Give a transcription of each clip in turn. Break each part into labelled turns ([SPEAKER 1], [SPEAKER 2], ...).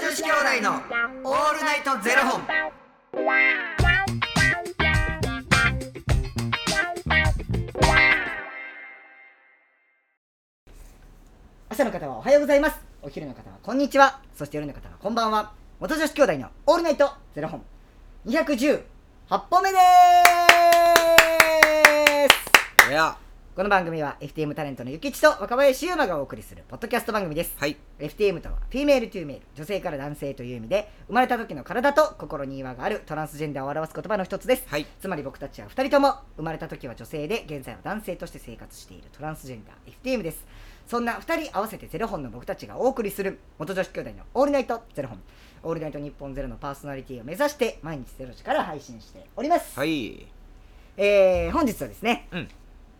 [SPEAKER 1] 子兄弟のオールナイトゼロ本。
[SPEAKER 2] 朝の方はおはようございますお昼の方はこんにちはそして夜の方はこんばんは元女子兄弟のオールナイトゼロ本218本目でーす
[SPEAKER 1] いや、
[SPEAKER 2] この番組は FTM タレントのゆきちと若林優馬がお送りするポッドキャスト番組です、
[SPEAKER 1] はい。
[SPEAKER 2] FTM とはフィメールトゥーメール女性から男性という意味で生まれた時の体と心に違和があるトランスジェンダーを表す言葉の一つです、
[SPEAKER 1] はい。
[SPEAKER 2] つまり僕たちは2人とも生まれた時は女性で現在は男性として生活しているトランスジェンダー FTM ですそんな2人合わせてゼロ本の僕たちがお送りする元女子兄弟の「オールナイトゼロ本」「オールナイト日本ゼロのパーソナリティを目指して毎日ゼロ時から配信しております、
[SPEAKER 1] はい。
[SPEAKER 2] えー本日はですね、
[SPEAKER 1] うん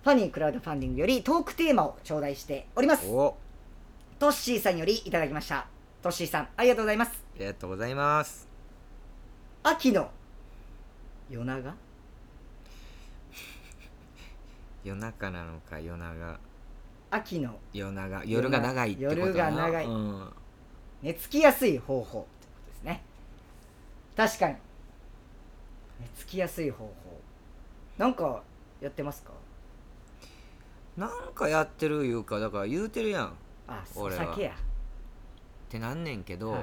[SPEAKER 2] ファニークラウドファンディングよりトークテーマを頂戴しております
[SPEAKER 1] お、あ
[SPEAKER 2] トッシーさんよりいただきましたトッシーさんありがとうございます
[SPEAKER 1] りがとうございます。
[SPEAKER 2] 秋の夜長
[SPEAKER 1] 夜中なのか、夜長。
[SPEAKER 2] 秋の
[SPEAKER 1] 夜長。夜が長いってことだな。
[SPEAKER 2] 夜が長い
[SPEAKER 1] うん。
[SPEAKER 2] 寝つきやすい方法ってことですね確かに寝つきやすい方法なんかやってますか
[SPEAKER 1] なんかやってるいうか、だから言うてるやん。っ
[SPEAKER 2] あお
[SPEAKER 1] 俺は
[SPEAKER 2] 酒や
[SPEAKER 1] てなんねんけど、
[SPEAKER 2] はい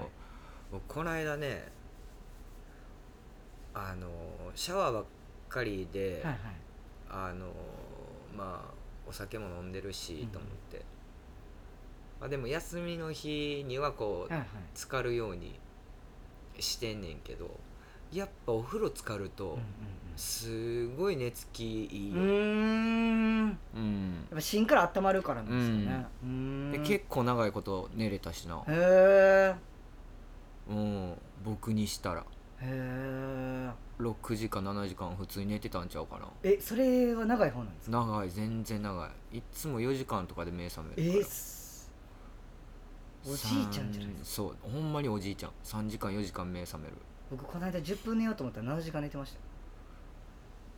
[SPEAKER 1] 僕こないだね、あの、シャワーばっかりで、
[SPEAKER 2] はいはい
[SPEAKER 1] あのーまあお酒も飲んでるし
[SPEAKER 2] うん
[SPEAKER 1] と思って、まあ、でも休みの日にはこう
[SPEAKER 2] はいはい
[SPEAKER 1] 浸かるようにしてんねんけどやっぱお風呂浸かる
[SPEAKER 2] う
[SPEAKER 1] と
[SPEAKER 2] ん
[SPEAKER 1] すごい寝つきいい
[SPEAKER 2] うんうんう
[SPEAKER 1] よ、
[SPEAKER 2] ーんや
[SPEAKER 1] うん
[SPEAKER 2] っぱ芯から温まるからなんですよねうーん
[SPEAKER 1] で
[SPEAKER 2] へ
[SPEAKER 1] 結構長いこと寝れたしな、
[SPEAKER 2] え
[SPEAKER 1] うん、僕にしたら
[SPEAKER 2] へえ
[SPEAKER 1] 6時間7時間普通に寝てたんちゃうかな
[SPEAKER 2] えそれは長い方なんですか
[SPEAKER 1] 長い全然長いいっつも4時間とかで目覚
[SPEAKER 2] え
[SPEAKER 1] めるから
[SPEAKER 2] ーすおじいちゃんじゃないですか
[SPEAKER 1] すかそうほんまにおじいちゃん3時間4時間目覚める
[SPEAKER 2] 僕この間10分寝ようと思ったら7時間寝てまし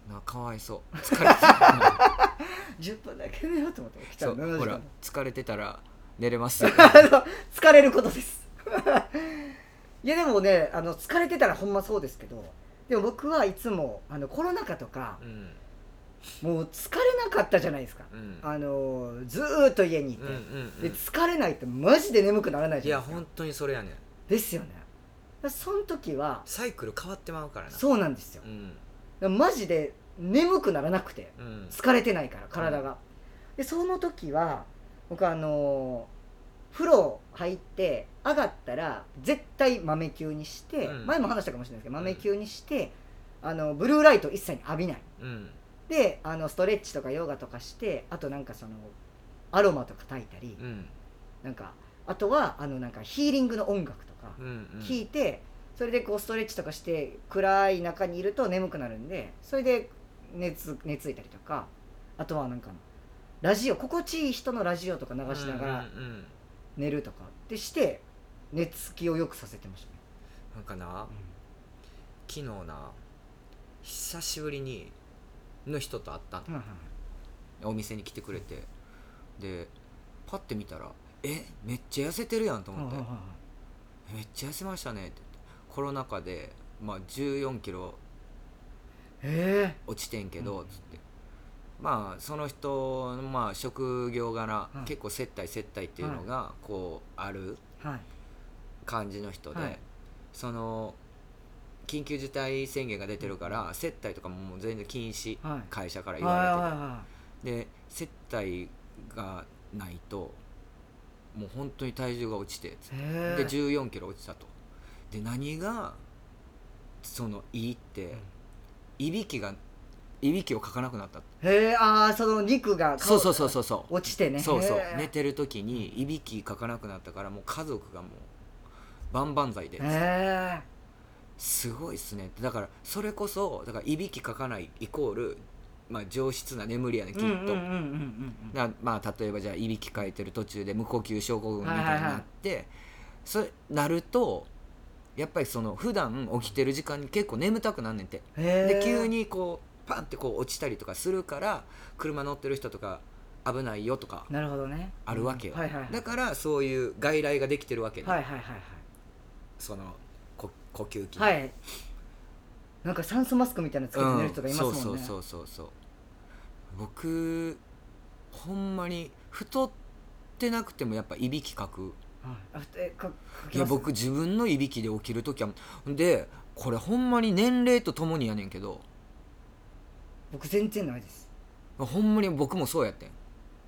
[SPEAKER 2] た
[SPEAKER 1] なかわいそう 疲れてた
[SPEAKER 2] 10分だけ寝ようと思って起きた
[SPEAKER 1] そ
[SPEAKER 2] ら
[SPEAKER 1] う
[SPEAKER 2] 7時
[SPEAKER 1] ほ
[SPEAKER 2] 間
[SPEAKER 1] ら疲れてたら寝 れますよ
[SPEAKER 2] あの疲れることです いやでもねあの疲れてたらほんまそうですけどでも僕はいつもあのコロナ禍とか
[SPEAKER 1] うん
[SPEAKER 2] もう疲れなかったじゃないですか、
[SPEAKER 1] うん
[SPEAKER 2] あのずーっと家にいて、
[SPEAKER 1] うんうんうん
[SPEAKER 2] で疲れないってマジで眠くならない
[SPEAKER 1] い
[SPEAKER 2] じゃ
[SPEAKER 1] や
[SPEAKER 2] ないですか
[SPEAKER 1] 本当にそれやねん
[SPEAKER 2] ですよねだその時は
[SPEAKER 1] サイクル変わってまうからな
[SPEAKER 2] そうなんですよ
[SPEAKER 1] うん
[SPEAKER 2] だマジで眠くならなくて
[SPEAKER 1] うん
[SPEAKER 2] 疲れてないから体が、でその時は僕あのー風呂入って上がったら絶対豆球にして、
[SPEAKER 1] うん
[SPEAKER 2] 前も話したかもしれないですけど豆球にして、あのブルーライト一切浴びない
[SPEAKER 1] うん
[SPEAKER 2] であのストレッチとかヨガとかしてあとなんかそのアロマとか炊いたり、
[SPEAKER 1] うん
[SPEAKER 2] なんかあとはあのなんかヒーリングの音楽とか
[SPEAKER 1] うんうん
[SPEAKER 2] 聞いて、それでこうストレッチとかして暗い中にいると眠くなるんでそれで寝つ寝ついたりとかあとはなんかラジオ心地いい人のラジオとか流しながら
[SPEAKER 1] うんうんうん
[SPEAKER 2] 寝るとかってして寝つきを良くさせてましたね、
[SPEAKER 1] なんかな昨日な久しぶりにの人と会ったの
[SPEAKER 2] うん
[SPEAKER 1] お店に来てくれてでパッて見たらえめっちゃ痩せてるやんと思ってめっちゃ痩せましたねって言ってコロナ禍で、まあ、1 4キロ
[SPEAKER 2] え
[SPEAKER 1] 落ちてんけど、
[SPEAKER 2] うん
[SPEAKER 1] つってまあその人の、まあ、職業柄、
[SPEAKER 2] うん
[SPEAKER 1] 結構接待接待っていうのが、こうある
[SPEAKER 2] えはい
[SPEAKER 1] 感じの人で、
[SPEAKER 2] はい
[SPEAKER 1] その緊急事態宣言が出てるから、接待とかももう全然禁止
[SPEAKER 2] はい
[SPEAKER 1] 会社から
[SPEAKER 2] はい
[SPEAKER 1] 言われてて、
[SPEAKER 2] は
[SPEAKER 1] で接待がないともう本当に体重が落ちて
[SPEAKER 2] いはいへえ
[SPEAKER 1] で1 4キロ落ちたとで何がそのいいって、
[SPEAKER 2] ん
[SPEAKER 1] いびきがいびきをかかなくなったって
[SPEAKER 2] へえああその肉が
[SPEAKER 1] そうそうそうそうそう、
[SPEAKER 2] 落ちてね
[SPEAKER 1] そうそう
[SPEAKER 2] へえ
[SPEAKER 1] 寝てる時にいびきかかなくなったからもう家族がもう万々歳で
[SPEAKER 2] へえ
[SPEAKER 1] すごいっすねってだからそれこそだからいびきかかないイコール、まあ、上質な眠りやねきっと、
[SPEAKER 2] うんうんうんうんうん
[SPEAKER 1] なまあ例えばじゃあいびきかいてる途中で無呼吸症候群みたいになって、それなるとやっぱりその普段起きてる時間に結構眠たくなんねんて、
[SPEAKER 2] うんへえ
[SPEAKER 1] で急にこうパンってこう落ちたりとかするから車乗ってる人とか危ないよとか
[SPEAKER 2] なるほどね
[SPEAKER 1] あるわけよ、
[SPEAKER 2] うんはいはいはい
[SPEAKER 1] だからそういう外来ができてるわけね、
[SPEAKER 2] はいはいはいはい
[SPEAKER 1] そのこ呼吸器、
[SPEAKER 2] はいなんか酸素マスクみたいなのつけて寝る人がいますもんね、
[SPEAKER 1] そうそうそうそうそう僕ほんまに太ってなくてもやっぱいびきかく
[SPEAKER 2] はいあふえかかき
[SPEAKER 1] いや
[SPEAKER 2] ます
[SPEAKER 1] 僕自分のいびきで起きる時はでこれほんまに年齢とともにやねんけど
[SPEAKER 2] 僕全然ないです
[SPEAKER 1] ほんまに僕もそうやってん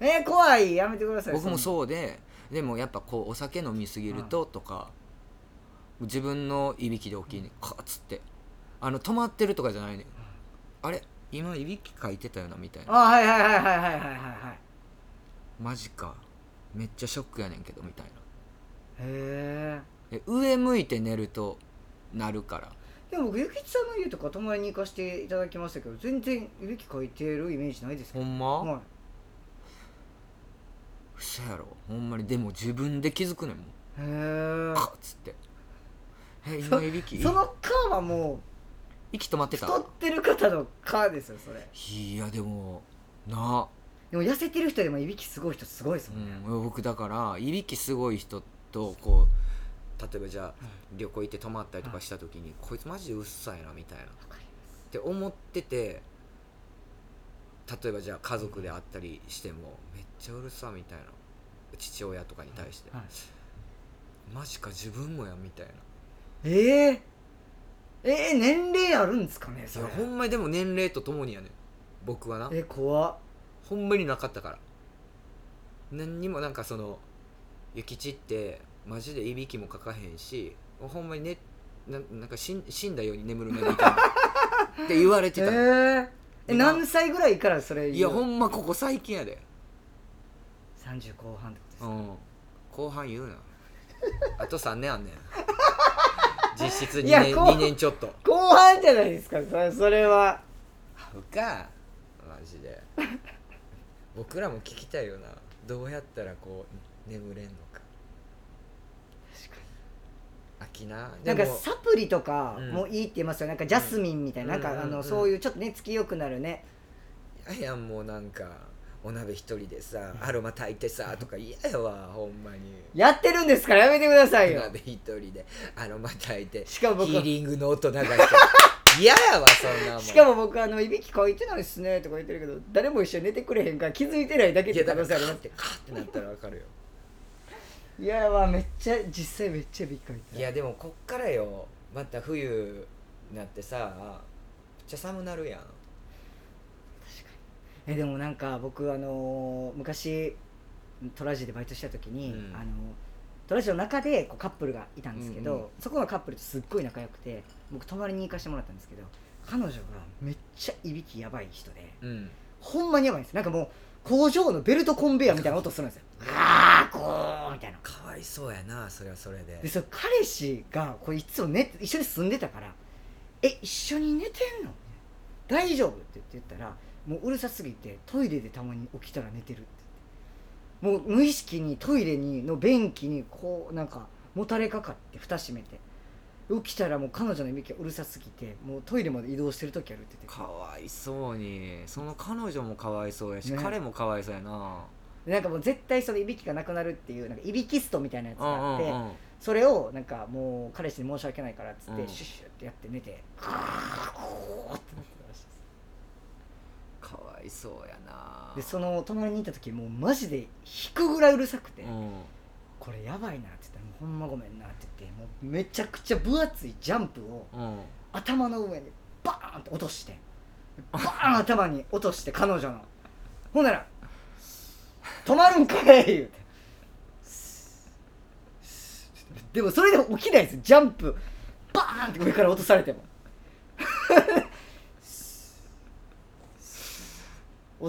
[SPEAKER 2] えー、怖いやめてください
[SPEAKER 1] 僕も
[SPEAKER 2] う
[SPEAKER 1] そうででもやっぱこうお酒飲みすぎるととか、自分のいびきで起きんねんカッつってあの止まってるとかじゃないねんあれ今いびきかいてたよなみたいな
[SPEAKER 2] あはいはいはいはいはいはいはいはい
[SPEAKER 1] マジかめっちゃショックやねんけどみたいな
[SPEAKER 2] へえ
[SPEAKER 1] で上向いて寝るとなるから
[SPEAKER 2] でも僕ゆきちさんの家とか泊まりに行かせていただきましたけど全然いびきかいてるイメージないですけ
[SPEAKER 1] ほ
[SPEAKER 2] ど
[SPEAKER 1] んま、
[SPEAKER 2] はい
[SPEAKER 1] 嘘やろほんまにでも自分で気づくねんも
[SPEAKER 2] へ
[SPEAKER 1] う
[SPEAKER 2] え
[SPEAKER 1] カッつってえ今いびき
[SPEAKER 2] その「か」はも
[SPEAKER 1] 息止まっ
[SPEAKER 2] う
[SPEAKER 1] てた
[SPEAKER 2] 太ってる方の「か」ですよそれ
[SPEAKER 1] いやでもな
[SPEAKER 2] でも痩せてる人でもいびきすごい人すごいですもんね、
[SPEAKER 1] うん、僕だからいびきすごい人とこう例えばじゃあ旅行行って泊まったりとかした時に、こいつマジでうっさいなみたいなっ
[SPEAKER 2] わかります
[SPEAKER 1] て思ってて例えばじゃあ家族であったりしても、めっちゃうるさみたいな父親とかに対して、
[SPEAKER 2] はい
[SPEAKER 1] マジか自分もやみたいな
[SPEAKER 2] えええー、年齢あるんですかねそ
[SPEAKER 1] い
[SPEAKER 2] れ
[SPEAKER 1] やほんまにでも年齢とともにやねん僕はな
[SPEAKER 2] え怖っ
[SPEAKER 1] ほんまになかったから何にもなんかその諭吉ってマジでいびきもかかへんしほんまにねななんか死ん死んだように眠るね みたいなって言われて
[SPEAKER 2] え
[SPEAKER 1] た、
[SPEAKER 2] ー、え
[SPEAKER 1] な
[SPEAKER 2] 何歳ぐらいからそれ言う
[SPEAKER 1] いやほんまここ最近やで、
[SPEAKER 2] 30後半ってことです
[SPEAKER 1] う
[SPEAKER 2] か、
[SPEAKER 1] ん、後半言うなあと3年あ んねん実質2
[SPEAKER 2] いや
[SPEAKER 1] 年
[SPEAKER 2] 後
[SPEAKER 1] ,2 年ちょっと
[SPEAKER 2] 後半じゃないですかそれそれは
[SPEAKER 1] うかマジで 僕らも聞きたいよなどうやったらこう眠れんのか
[SPEAKER 2] 確か
[SPEAKER 1] 飽きな
[SPEAKER 2] になんかサプリとか
[SPEAKER 1] うん
[SPEAKER 2] もいいって言いますよ、なんかジャスミンみたいな、
[SPEAKER 1] うん
[SPEAKER 2] なん
[SPEAKER 1] うん
[SPEAKER 2] かあ
[SPEAKER 1] うんう
[SPEAKER 2] の
[SPEAKER 1] ん
[SPEAKER 2] そういうちょっと寝つきよくなるね
[SPEAKER 1] 嫌やんもうなんかお鍋一人でさアロマ炊い てさとか嫌やわほんまに
[SPEAKER 2] やってるんですからやめてください
[SPEAKER 1] お
[SPEAKER 2] よ
[SPEAKER 1] 鍋一人でアロマ炊いて
[SPEAKER 2] しかも僕
[SPEAKER 1] ヒーリングの音流 して嫌やわそんなもん
[SPEAKER 2] しかも僕あのいびきかいてないっすねとか言ってるけど誰も一緒に寝てくれへんから気づいてないだけっ
[SPEAKER 1] いや
[SPEAKER 2] て
[SPEAKER 1] だ
[SPEAKER 2] 可
[SPEAKER 1] から
[SPEAKER 2] 能性ありま
[SPEAKER 1] カー
[SPEAKER 2] す
[SPEAKER 1] ってカーってなったらわかるよ
[SPEAKER 2] いやわめっちゃ実際めっちゃびっくり
[SPEAKER 1] いやでもこっからよまた冬なってさめっちゃ寒なるやん
[SPEAKER 2] えでもなんか僕あのー昔トラジでバイトした時に、
[SPEAKER 1] うん
[SPEAKER 2] あのトラジの中でこうカップルがいたんですけど、
[SPEAKER 1] うんうん
[SPEAKER 2] そこのカップルとすっごい仲良くて僕泊まりに行かせてもらったんですけど彼女がめっちゃいびきやばい人で
[SPEAKER 1] うん
[SPEAKER 2] ほんまにやばいんですなんかもう工場のベルトコンベヤーみたいな音するんですよあーこーみたいな
[SPEAKER 1] かわいそうやなそれはそれで
[SPEAKER 2] でその彼氏がこれいつも寝て一緒に住んでたから「え一緒に寝てんの?」大丈夫?」って言って言ったらもううるさすぎてトイレでたまに起きたら寝てるって言ってもう無意識にトイレにの便器にこうなんかもたれかかって蓋閉めて起きたらもう彼女のいびきがうるさすぎてもうトイレまで移動してる時あるって言って
[SPEAKER 1] かわいそうにその彼女もかわいそうやし、
[SPEAKER 2] ね
[SPEAKER 1] 彼もかわいそうやな
[SPEAKER 2] でなんかもう絶対そのいびきがなくなるっていうなんかいびきストみたいなやつ
[SPEAKER 1] う
[SPEAKER 2] が
[SPEAKER 1] ん
[SPEAKER 2] あっ
[SPEAKER 1] うん
[SPEAKER 2] て。
[SPEAKER 1] うん
[SPEAKER 2] それをなんかもう彼氏に申し訳ないからっつって、
[SPEAKER 1] うん
[SPEAKER 2] シュッシュってやって寝て「カーッってなってたらしいです
[SPEAKER 1] かわいそうやな
[SPEAKER 2] でその隣にいた時もうマジで引くぐらいうるさくて「
[SPEAKER 1] うん
[SPEAKER 2] これやばいな」って言ったら「もうほんまごめんな」って言ってもうめちゃくちゃ分厚いジャンプを
[SPEAKER 1] うん
[SPEAKER 2] 頭の上にバーンって落としてバーン頭に落として彼女のほんなら「止まるんかい!」言うてでもそれでも起きないですジャンプバーンって上から落とされても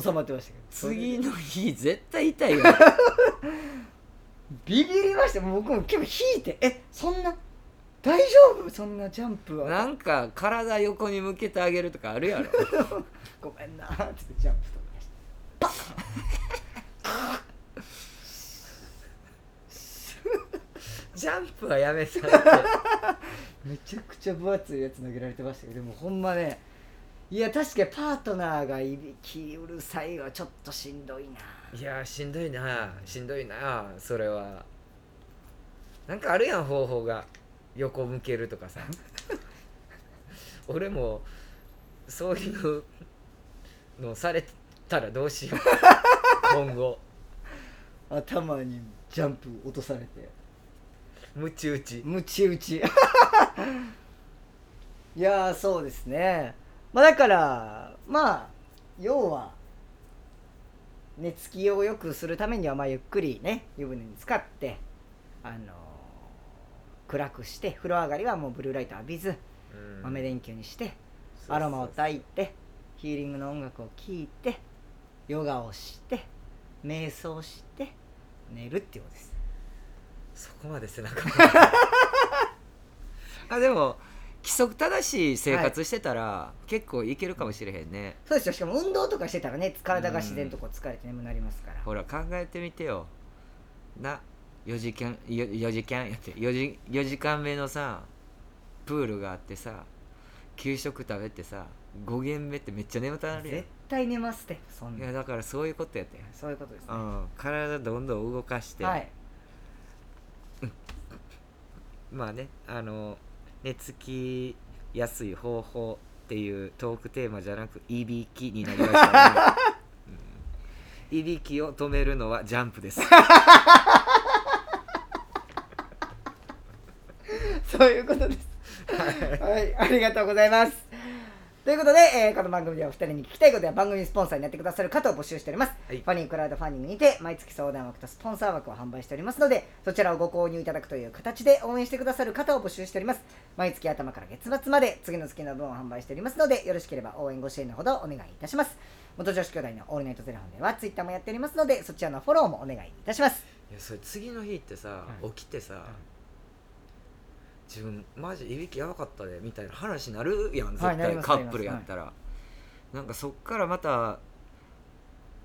[SPEAKER 2] 収まってましたけど
[SPEAKER 1] 次の日絶対痛いよ
[SPEAKER 2] ビビりましたもう僕も結構引いてえそんな大丈夫そんなジャンプは
[SPEAKER 1] なんか体横に向けてあげるとかあるやろ
[SPEAKER 2] ごめんなーってジャンプ飛び出して
[SPEAKER 1] ジャンプはやめたって
[SPEAKER 2] めちゃくちゃ分厚いやつ投げられてましたけどでもほんまねいや確かにパートナーがいびきうるさいはちょっとしんどいない
[SPEAKER 1] やーしんどいなしんどいなそれはなんかあるやん方法が横向けるとか さ俺もそういうのされたらどうし よう今後
[SPEAKER 2] 頭にジャンプ落とされて
[SPEAKER 1] ムチ打ち
[SPEAKER 2] ムチ打ち いやーそうですねまあだからまあ要は寝つきを良くするためにはまあゆっくりね湯船に浸かってあのー暗くして風呂上がりはもうブルーライト浴びず
[SPEAKER 1] うん
[SPEAKER 2] 豆電球にして
[SPEAKER 1] そうそう
[SPEAKER 2] アロマを炊いてヒーリングの音楽を聴いてヨガをして瞑想して寝るっていうことです
[SPEAKER 1] そこまで背中 あでも規則正しい生活してたら、結構いけるかもしれへんね
[SPEAKER 2] そうですよしかも運動とかしてたらね体が自然とこう疲れて眠くなりますから
[SPEAKER 1] ほら考えてみてよな4時間 4, 時間やって4時 ,4 時間目のさプールがあってさ給食食べてさ5軒目ってめっちゃ眠たなるや
[SPEAKER 2] 絶対寝ますってそん
[SPEAKER 1] んい
[SPEAKER 2] な
[SPEAKER 1] やだからそういうことやって、
[SPEAKER 2] そういうことです
[SPEAKER 1] う
[SPEAKER 2] ね
[SPEAKER 1] ん、体どんどん動かして、
[SPEAKER 2] はい
[SPEAKER 1] まあねあの寝つきやすい方法っていうトークテーマじゃなくいびきになりま したね、うんいびきを止めるのはジャンプ です
[SPEAKER 2] そういうことですはいありがとうございますということで、えーこの番組ではお二人に聞きたいことや番組スポンサーになってくださる方を募集しております、
[SPEAKER 1] はい
[SPEAKER 2] ファニークラウドファンディングにて毎月相談枠とスポンサー枠を販売しておりますのでそちらをご購入いただくという形で応援してくださる方を募集しております毎月頭から月末まで次の月の分を販売しておりますのでよろしければ応援ご支援のほどお願いいたします元女子兄弟のオールナイトゼロ本ではツイッターもやっておりますのでそちらのフォローもお願いいたします
[SPEAKER 1] いやそれ次の日ってさ、
[SPEAKER 2] はい
[SPEAKER 1] 起きてさ、自分マジいびきやばかったでみたいな話になるやん絶
[SPEAKER 2] はい
[SPEAKER 1] 対、
[SPEAKER 2] なります
[SPEAKER 1] カップルやったら、なんかそっからまた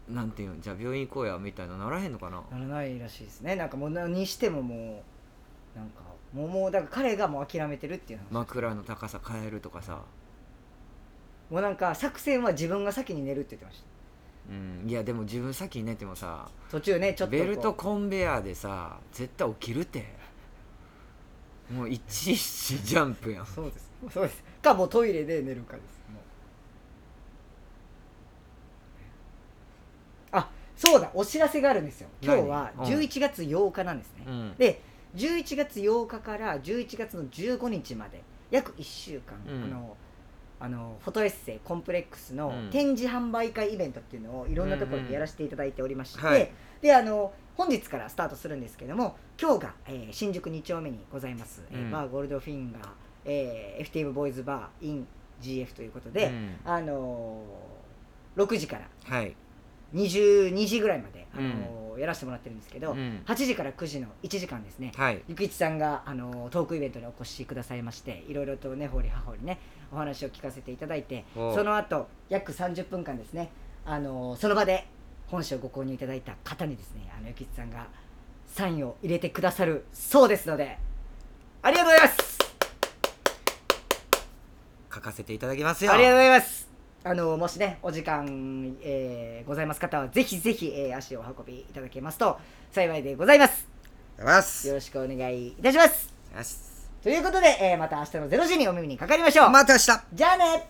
[SPEAKER 1] なんていうのじゃあ病院行こうやみたいなならへんのかな
[SPEAKER 2] ならないらしいですねなんかもうなにしてももうなんかもうもうだから彼がもう諦めてるっていうの
[SPEAKER 1] 枕の高さ変えるとかさ、
[SPEAKER 2] もうなんか作戦は自分が先に寝るって言ってました
[SPEAKER 1] うん、いやでも自分先に寝てもさ
[SPEAKER 2] 途中ねちょっとこ
[SPEAKER 1] ベ
[SPEAKER 2] う
[SPEAKER 1] ルトコンベヤーでさ絶対起きるってもういちいちジャンプやん
[SPEAKER 2] そうですそうですかもうトイレで寝るかですもうあそうだお知らせがあるんですよ今日は
[SPEAKER 1] 何うん
[SPEAKER 2] 11月8日なんですね、
[SPEAKER 1] うん
[SPEAKER 2] で11月8日から11月の15日まで約1週間、
[SPEAKER 1] う
[SPEAKER 2] こ
[SPEAKER 1] ん
[SPEAKER 2] のあのフォトエッセイコンプレックスの
[SPEAKER 1] うん
[SPEAKER 2] 展示販売会イベントっていうのをいろんなところでやらせていただいておりまして、
[SPEAKER 1] うんうんはい
[SPEAKER 2] であの本日からスタートするんですけども今日が、えー新宿2丁目にございます、えー
[SPEAKER 1] うん
[SPEAKER 2] バーゴールドフィンガー、えー、FTM ボーイズバー in GF ということで、
[SPEAKER 1] うん
[SPEAKER 2] あのー6時から
[SPEAKER 1] はい、
[SPEAKER 2] 22時ぐらいまで、あのーやらせてもらってるんですけど、
[SPEAKER 1] うん
[SPEAKER 2] 8時から9時の1時間ですね、
[SPEAKER 1] はい
[SPEAKER 2] ゆきちさんがあのトークイベントにお越しくださいましていろいろとねほりはほりねお話を聞かせていただいて
[SPEAKER 1] おう
[SPEAKER 2] その後約30分間ですねあのその場で本誌をご購入いただいた方にですねあのゆきちさんがサインを入れてくださるそうですのでありがとうございます
[SPEAKER 1] 書かせていただきますよ
[SPEAKER 2] ありがとうございます。あのもしねお時間、えーございます方はぜひぜひ、えー足をお運びいただけますと幸いでございます。
[SPEAKER 1] ありがとうございます
[SPEAKER 2] よろしくお願いいたします。
[SPEAKER 1] よし
[SPEAKER 2] ということで、えーまた明日の0時にお耳にかかりましょう。
[SPEAKER 1] また明日
[SPEAKER 2] じゃあね